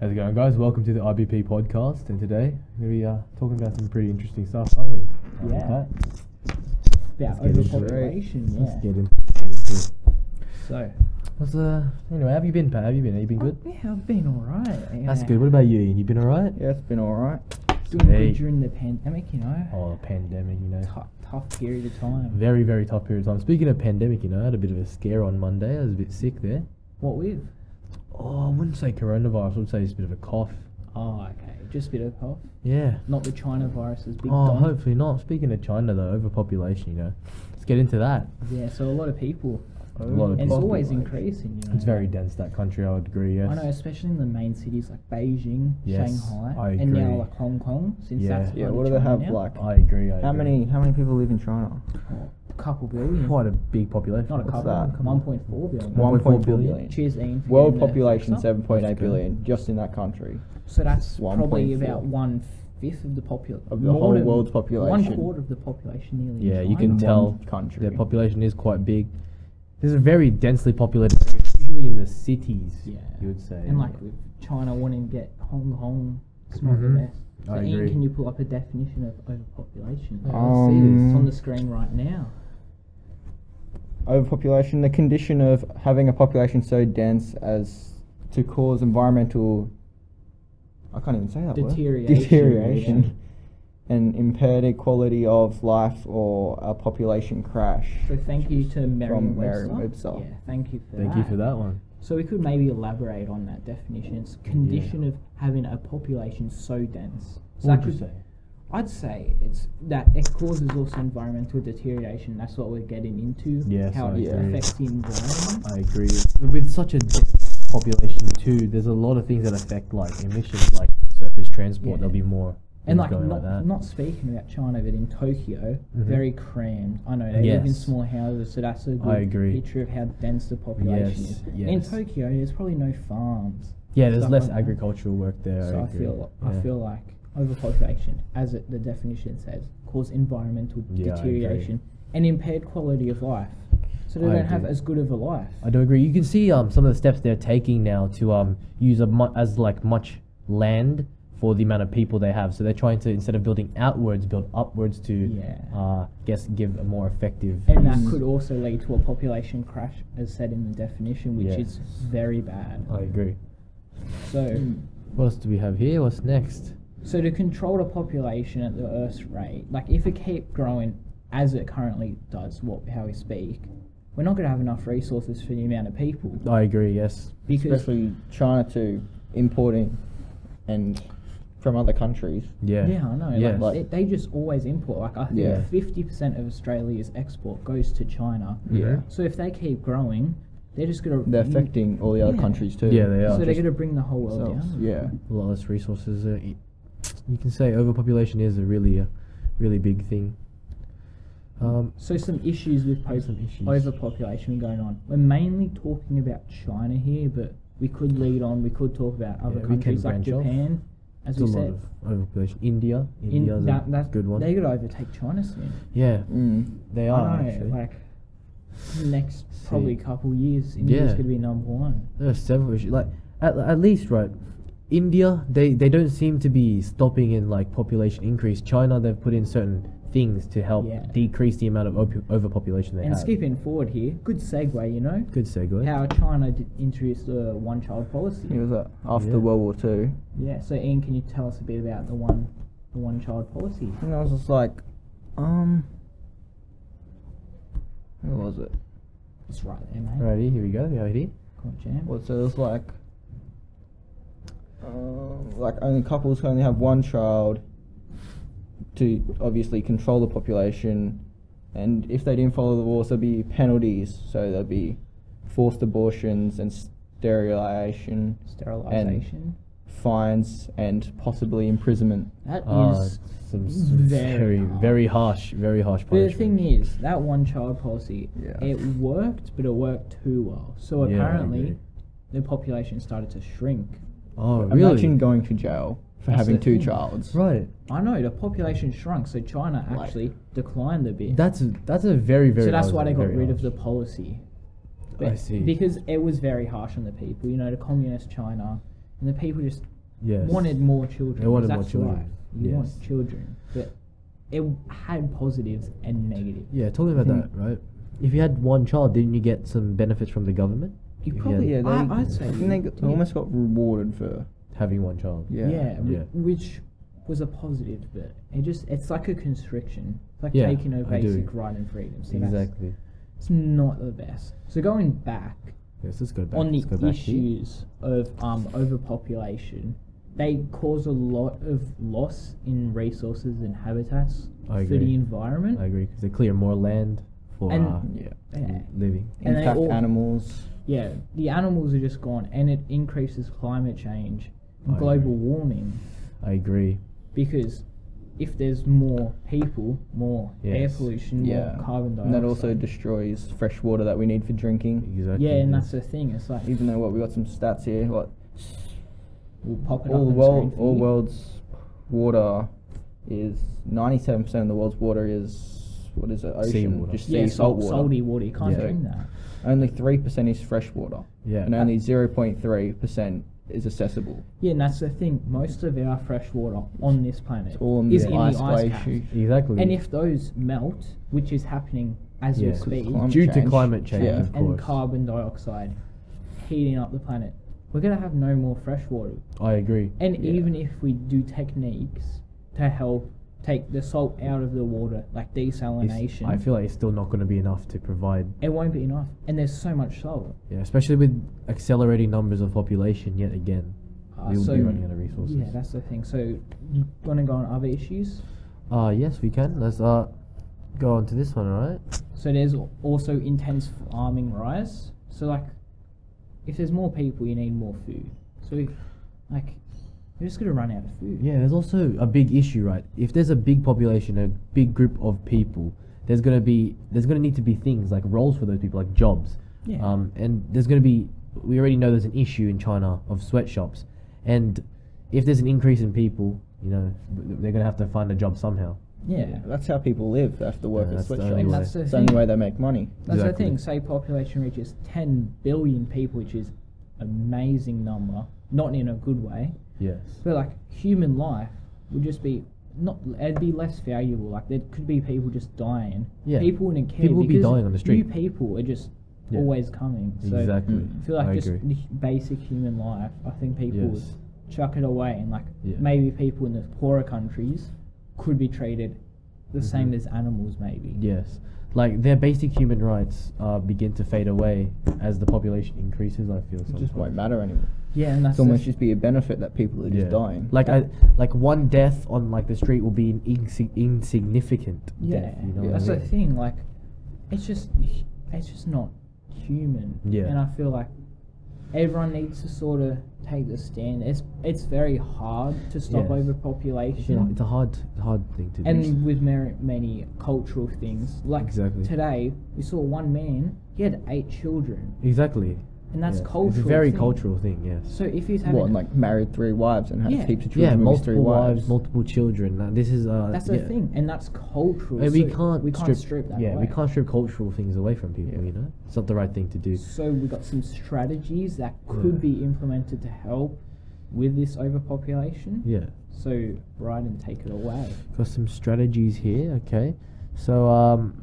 How's it going, guys? Welcome to the IBP podcast. And today we're going to be uh, talking about some pretty interesting stuff, aren't we? Um, Yeah. Pat? Let's About get into it. overpopulation, yeah. Let's get in- get into it. So, What's uh? Anyway, have you been, Pat? Have you been? Have you been good? Oh, yeah, I've been alright. That's good. What about you? Ian? You been alright? Yeah, it's been alright. Doing Sweet. good during the pandemic, you know. Oh, pandemic, you know. Tough, tough period of time. Very, very tough period of time. Speaking of pandemic, you know, I had a bit of a scare on Monday. I was a bit sick there. What with? Oh, I wouldn't say coronavirus. I would say it's a bit of a cough. Oh, okay. Just a bit of cough. Yeah. Not the China virus is big. oh, Don. hopefully not. Speaking of China, though, overpopulation, you know. Let's get into that. Yeah, so a lot of people. A lot of and it's people. always increasing, you know. It's very dense, that country, I would agree, yes. I know, especially in the main cities like Beijing, Yes, Shanghai, I and agree. now like Hong Kong. Since Yeah. that's Yeah, part what of do they China have, now. like, I agree. I How agree. many how many people live in China? A couple billion. Quite a big population. Not a What's couple. that? Come One point four billion. 1.4 1.4 billion. billion. Cheers, Ian. for World getting the population facts up. 7.8 That's good. billion just in that country. So that's probably 1.4. about one fifth of the population Of the whole world's One population. quarter of the population, nearly. in Yeah, you China. can tell country. their population is quite big. There's a very densely populated area, usually in the cities, Yeah, you would say. And like with China wanting to get Hong Kong, it's not Mm-hmm. Mhm. the best. So I Ian, agree. can you pull up a definition of overpopulation? Yeah, Um, let's see it's this. on the screen right now. Overpopulation, the condition of having a population so dense as to cause environmental I can't even say that word. Deterioration, Deterioration. And impaired quality of life or a population crash. So thank you to Merriam Webster. Merriam-Webster. Yeah, thank you for Thank that. you for that one. So we could maybe elaborate on that definition. It's condition of having a population so dense. What So that would you could- say? I'd say it's that it causes also environmental deterioration. That's what we're getting into. Yes, how I it agree. affects the environment. I agree. With such a dense population too, there's a lot of things that affect like emissions, like surface transport. Yeah. There'll be more And things like going not, like that. not speaking about China, but in Tokyo, Mhm. very crammed. I know they live in Yes. small houses, so that's a good I agree. picture of how dense the population Yes, is. In yes. Tokyo, there's probably no farms. yeah, there's stuff less like that. agricultural work there. So I, agree. feel Yeah. I feel like overpopulation, as it, the definition says, cause environmental Yeah, I agree. deterioration and impaired quality of life. So they I don't have agree. as good of a life. I do agree. You can see um, some of the steps they're taking now to um, use a mu- as like much land for the amount of people they have. So they're trying to instead of building outwards, build upwards to Yeah. uh, guess give a more effective. And that use. Mm. could also lead to a population crash, as said in the definition, which Yes. is very bad. I agree. So, mm. What else do we have here? What's next? so to control the population at the Earth's rate, like if it keep growing as it currently does, what how we speak, we're not going to have enough resources for the amount of people. I agree. Yes. Because Especially China too, importing and from other countries. Yeah. yeah, I know. Yes. Like, they, they just always import. Like I Yeah. think fifty percent of Australia's export goes to China. Yeah. So if they keep growing, they're just going to They're affecting all the other Yeah. countries too. Yeah, they are. So they're just going to bring the whole world themselves. down. Yeah. a lot less resources. Uh, y- you can say overpopulation is a really, a really big thing. Um, So some issues with post Some issues. overpopulation going on. We're mainly talking about China here, but we could lead on. We could talk about other Yeah, we can countries like branch off. Japan, as there's we a lot said. of overpopulation. India. In India's that, a that's good one. They're gonna overtake China soon. yeah, Mm. they I are know, actually. like next probably See. couple years, India's Yeah. gonna be number one. There are several issues. Like at, at least right, India they they don't seem to be stopping in like population increase. China they've put in certain things to help Yeah. decrease the amount of opu- overpopulation they And have. skipping forward here, good segue, you know, Good segue. how China did introduced the one child policy. It was uh, after Yeah. World War Two. Yeah. So Ian, can you tell us a bit about the one the one child policy? And I was just like, um, who was it? It's right there, mate. Alrighty, here we go. Alrighty. Come on, Jam. Well, so it was like, um, like only couples can only have one child to obviously control the population, and if they didn't follow the laws, there'd be penalties. So there'd be forced abortions and sterilization, Sterilization. fines, and possibly imprisonment. That is. Uh, some, some very very harsh. very harsh, very harsh But the punishment. thing is, that one child policy, Yeah. it worked, but it worked too well. So Yeah, I apparently, agree. the population started to shrink. oh really? Imagine going to jail for That's having the two thing. childs. right. I know the population shrunk, so China Like- actually declined a bit. That's a, that's a very very. so that's harsh- why they got very rid of harsh. the policy. I see. Because it was very harsh on the people. You know, the communist China, and the people just Yes. wanted more children. They wanted 'cause more that's children, Life. You yes. want children, but it had positives and negatives. Yeah, tell me about Mm. that, right? If you had one child, didn't you get some benefits from the government? You If had probably- Yeah, they, I- I'd say and they you got- do. almost got rewarded for. having one child. Yeah. whi- Yeah. which was a positive, but it just it's like a constriction, It's like Yeah, taking away I do. basic right and freedom. So that's- exactly. it's not the best. So going back Yes, let's go back. on let's go the back here. issues of um, overpopulation, they cause a lot of loss in resources and habitats I for agree. the environment. I agree because they clear more land for And- uh, Yeah. Yeah. living. And they In fact, all- animals. Yeah, the animals are just gone, and it increases climate change and I global agree. warming I agree. because if there's more people, more air Yes. pollution, Yeah. more carbon dioxide. And that also destroys fresh water that we need for drinking. Exactly. yeah, and that's the thing. It's like Even though what we got some stats here, what we'll pop it up all the on world, screen for all you. world's water is ninety-seven percent of the world's water is what is it? Ocean, Seawater. just sea yeah, salt salt, water. salty water. You can't Yeah. drink that. Only three percent is fresh water, yeah. and only zero point three percent is accessible. Yeah, and that's the thing. Most of our fresh water on this planet All in is the in ice the ice glacier. caps. exactly. And if those melt, which is happening as Yeah. we speak, Climate due to change. climate change, Yeah. of and course. carbon dioxide heating up the planet, we're gonna have no more fresh water. I agree. And Yeah. even if we do techniques to help take the salt out of the water, like It's- desalination, I feel like it's still not going to be enough to provide. it won't be enough. And there's so much salt. Yeah, especially with accelerating numbers of population yet again, Uh, we will so- be running out of resources. Yeah, that's the thing. So, you wanna go on other issues? Uh, yes, we can. Let's uh, go on to this one, alright? So there's al- also intense farming rise. So like, if there's more people, you need more food. So, if, like, you're just gonna run out of food. Yeah, there's also a big issue, right? If there's a big population, a big group of people, there's gonna be there's gonna need to be things like roles for those people, like jobs. Yeah. Um, and there's gonna be we already know there's an issue in China of sweatshops, and if there's an increase in people, you know, they're gonna have to find a job somehow. Yeah. That's how people live. They have to work Yeah, at that's the sweatshops. only And way. that's the It's the only thing. way they make money. That's Exactly. the thing. Say population reaches 10 billion people, which is amazing number, not in a good way. Yes. But like human life would just be not. It'd be less valuable. Like there could be people just dying. Yeah. People wouldn't care. People would be because dying on the street. New people are just Yeah. always coming. So Exactly. I feel like Mm, I just agree. the hu- basic human life. I think people would Yes. chuck it away, and like Yeah. maybe people in the poorer countries could be treated the same Mhm. as animals, maybe. Yes. Like their basic human rights uh, begin to fade away as the population increases. I feel It sometimes. just won't matter anymore. Yeah, and that's It's the almost just be a benefit that people are just dying. Like I, like one death on like the street will be an insi- insignificant Yeah, death. You know that's what I the mean? thing. Like, it's just, it's just not human. Yeah. And I feel like everyone needs to sort of take the stand. It's it's very hard to stop Yes. overpopulation, It's a- It's a hard, hard thing to do. and with many, many cultural things. Like Exactly. today, we saw one man. He had eight children, exactly. and that's Yeah. cultural. It's a very thing. cultural thing. Yes. So if he's having what, like married three wives and have Yeah. heaps of children yeah, with his three multiple wives, wives. multiple children. uh, this is uh. that's the yeah. thing, and that's cultural. And we so can't. we can't strip, that. Yeah, away. we can't strip cultural things away from people. Yeah. You know, it's not the right thing to do. So we got some strategies that could Yeah. be implemented to help with this overpopulation. Yeah. So Bryden, take it away. Got some strategies here, okay. So um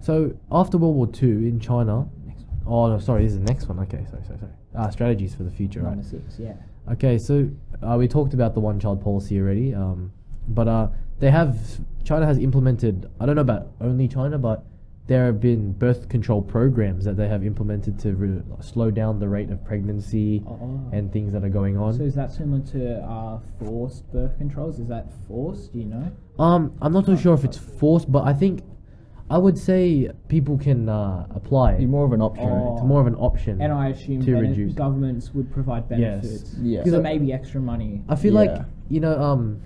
so after World War Two in China Next one. Oh no, sorry, this is the next one. Okay, sorry, sorry, sorry. Ah, strategies for the future, right? Number six, yeah. Okay, so uh, we talked about the one child policy already, um, but uh, they have China has implemented. I don't know about only China, but there have been birth control programs that they have implemented to re- slow down the rate of pregnancy Oh. and things that are going on. So is that similar to uh, forced birth controls? Is that forced? Do you know? Um, I'm not too sure if it's forced, but I think I would say people can uh, apply. Be it. more of an option. Oh. It's more of an option. And I assume to bene- reduce. governments would provide Yes. benefits. Yeah. So Because- maybe extra money. I feel Yeah. like you know, um,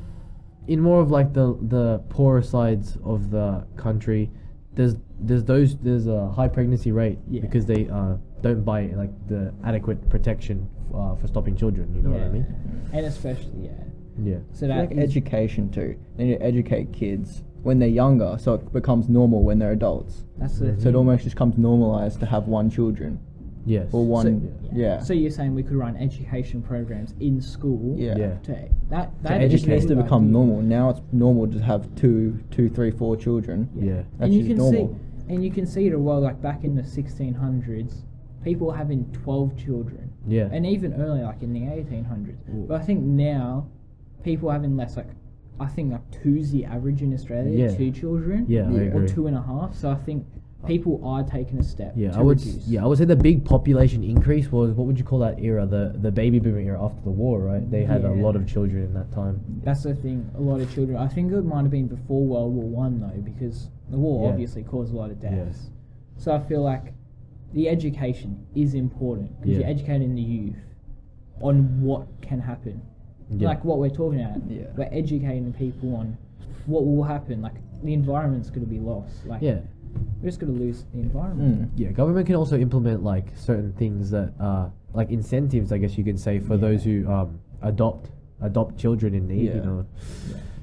in more of like the the poorer sides of the country, there's there's those there's a high pregnancy rate Yeah. because they uh, don't buy like the adequate protection uh, for stopping children. You know what I Yeah. mean? And especially, yeah. Yeah. So I feel that like is- education too. They need to educate kids when they're younger, so it becomes normal when they're adults. Mm-hmm. that's the So it almost just comes normalized to have one children. Yes. or one. So- yeah. So you're saying we could run education programs in school? Yeah. Yeah. To that that is It just a educate. needs to good become idea. normal. Now it's normal to have two, two, three, four children. Yeah. and you Actually, can normal. see, and you can see it well. Like back in the 1600s, people having 12 children. Yeah. And even earlier, like in the 1800s. Ooh. But I think now, people having less. Like, I think like two's the average in Australia. Yeah. Two children. Yeah, I Yeah. Or agree. Uh, two and a half. So I think people are taking a step. Yeah, to I would. s- Reduce. Yeah, I would say the big population increase was what would you call that era? The the baby boom era after the war, right? They had a Yeah. lot of children in that time. That's the thing. A lot of children. I think it might have been before World War One though, because the war Yeah. obviously caused a lot of deaths. Yes. So I feel like the education is important because Yeah. you're educating the youth on what can happen, Yeah. like what we're talking about. Yeah. We're educating people on what will happen. Like the environment's going to be lost. Like Yeah. we're just going to lose the environment. Mm. Yeah, government can also implement like certain things that are like incentives, I guess you can say, for those who um, adopt adopt children in need. You Yeah. know,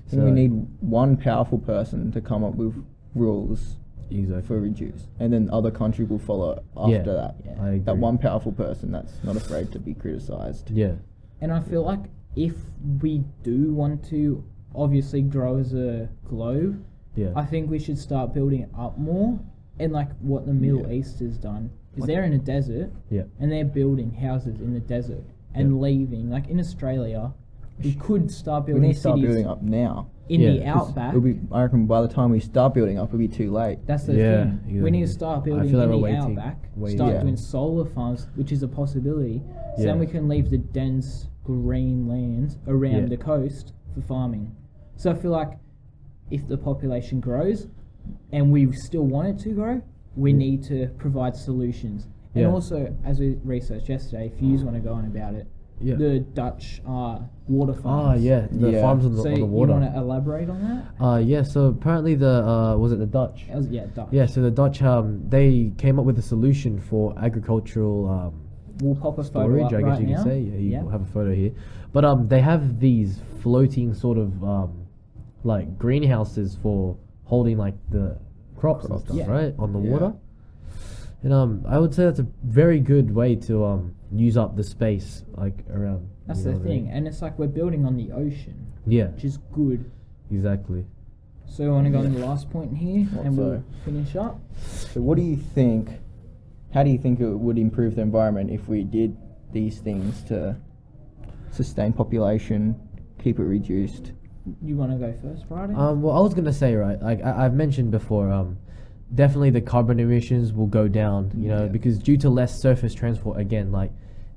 I think we need one powerful person to come up with rules for exactly. reduce, and then other country will follow after Yeah, that. Yeah. I agree. That one powerful person that's not afraid to be criticised. Yeah, And I feel like if we do want to obviously grow as a globe, yeah. I think we should start building it up more. And like what the Middle Yeah. East has done is Like- they're in a desert yeah. and they're building houses in the desert and Yeah. leaving. Like in Australia, we could start We building need to start cities building up now. in the Yeah. 'Cause outback. It'll be, I reckon by the time we start building up, it'll be too late. That's the Yeah, thing. We exactly. need to start I building feel like in the we're waiting- outback. waiting. Start Yeah. doing solar farms, which is a possibility. So Yeah. then we can leave the dense green lands around Yeah. the coast for farming. So I feel like if the population grows, and we still want it to grow, we need to provide solutions. And Yeah. Mm. also, as we researched yesterday, if you want to go on about it, Yeah. the Dutch are water Ah, farms. yeah. The Yeah. farms on the, So on the you want water. to elaborate on that? Uh, yeah. So apparently the uh, was it the Dutch? That was- yeah, Dutch. Yeah. So the Dutch um, they came up with a solution for agricultural. Um, We'll pop a photo storage, up I guess right you now. can say. Yeah, you Yeah. have a photo here. But um, they have these floating sort of um, like greenhouses for holding like the crops, and Crops. stuff, Yeah. right, on the Yeah. water. And um, I would say that's a very good way to um use up the space like around. That's you the know what I mean? thing, and it's like we're building on the ocean, Yeah, which is good. exactly. So I want to go on the last point here, What and we'll so? finish up. So, what do you think? How do you think it would improve the environment if we did these things to sustain population, keep it reduced? You want to go first, Brian? Um, well, I was gonna say right, like I, I've mentioned before, um, definitely the carbon emissions will go down, you know, Yeah. because due to less surface transport again, like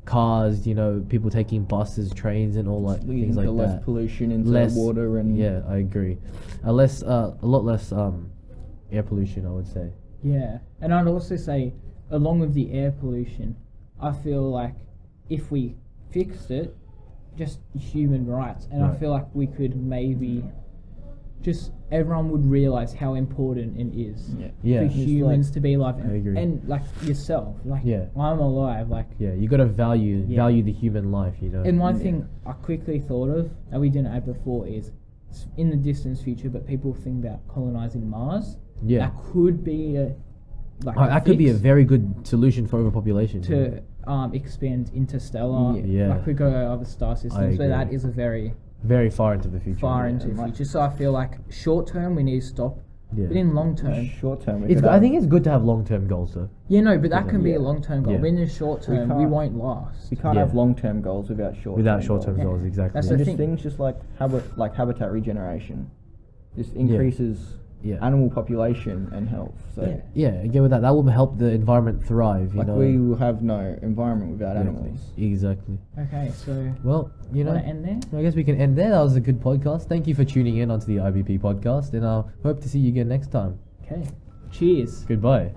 cars, you know, people taking buses, trains, and all like Leading things like to less that. pollution into Less- the water and yeah, I agree. A less, uh, a lot less um, air pollution, I would say. yeah, and I'd also say, along with the air pollution, I feel like if we fixed it, just human rights, and I Right. feel like we could maybe just everyone would realize how important it is Yeah. Yeah. for It's like- humans to be alive, I agree. and like yourself, like Yeah. I'm alive, like Yeah, you gotta value Yeah. value the human life, you know. And one Yeah. thing I quickly thought of that we didn't add before is s- in the distance future, but people think about colonizing Mars. Yeah. That could be a like Uh, a that could be a fix very good solution for overpopulation. to um, expand interstellar. Yeah. Like we go to other star systems, but that agree. is a very very far into the future. far yeah. into the like- future. So I feel like short term we need to stop, Yeah. but in long term, Short term, we It's. could go- I have- think it's good to have long term goals though. yeah, no, but that can be Yeah. a long term goal. Yeah. But in the short We term, we, can't- won't last. we can't Yeah. have long term goals without short Without short-term Yeah. goals, exactly. That's And the just thing. things just like habit like habitat regeneration just increases Yeah. animal population and health so Yeah. Yeah, again with that, that will help the environment thrive. You like know. we will have no environment without exactly. animals Exactly. Okay, so Well, you know. wanna end I there? guess we can end there. That was a good podcast. Thank you for tuning in onto the IBP podcast, and I hope to see you again next time. Okay, cheers. Goodbye.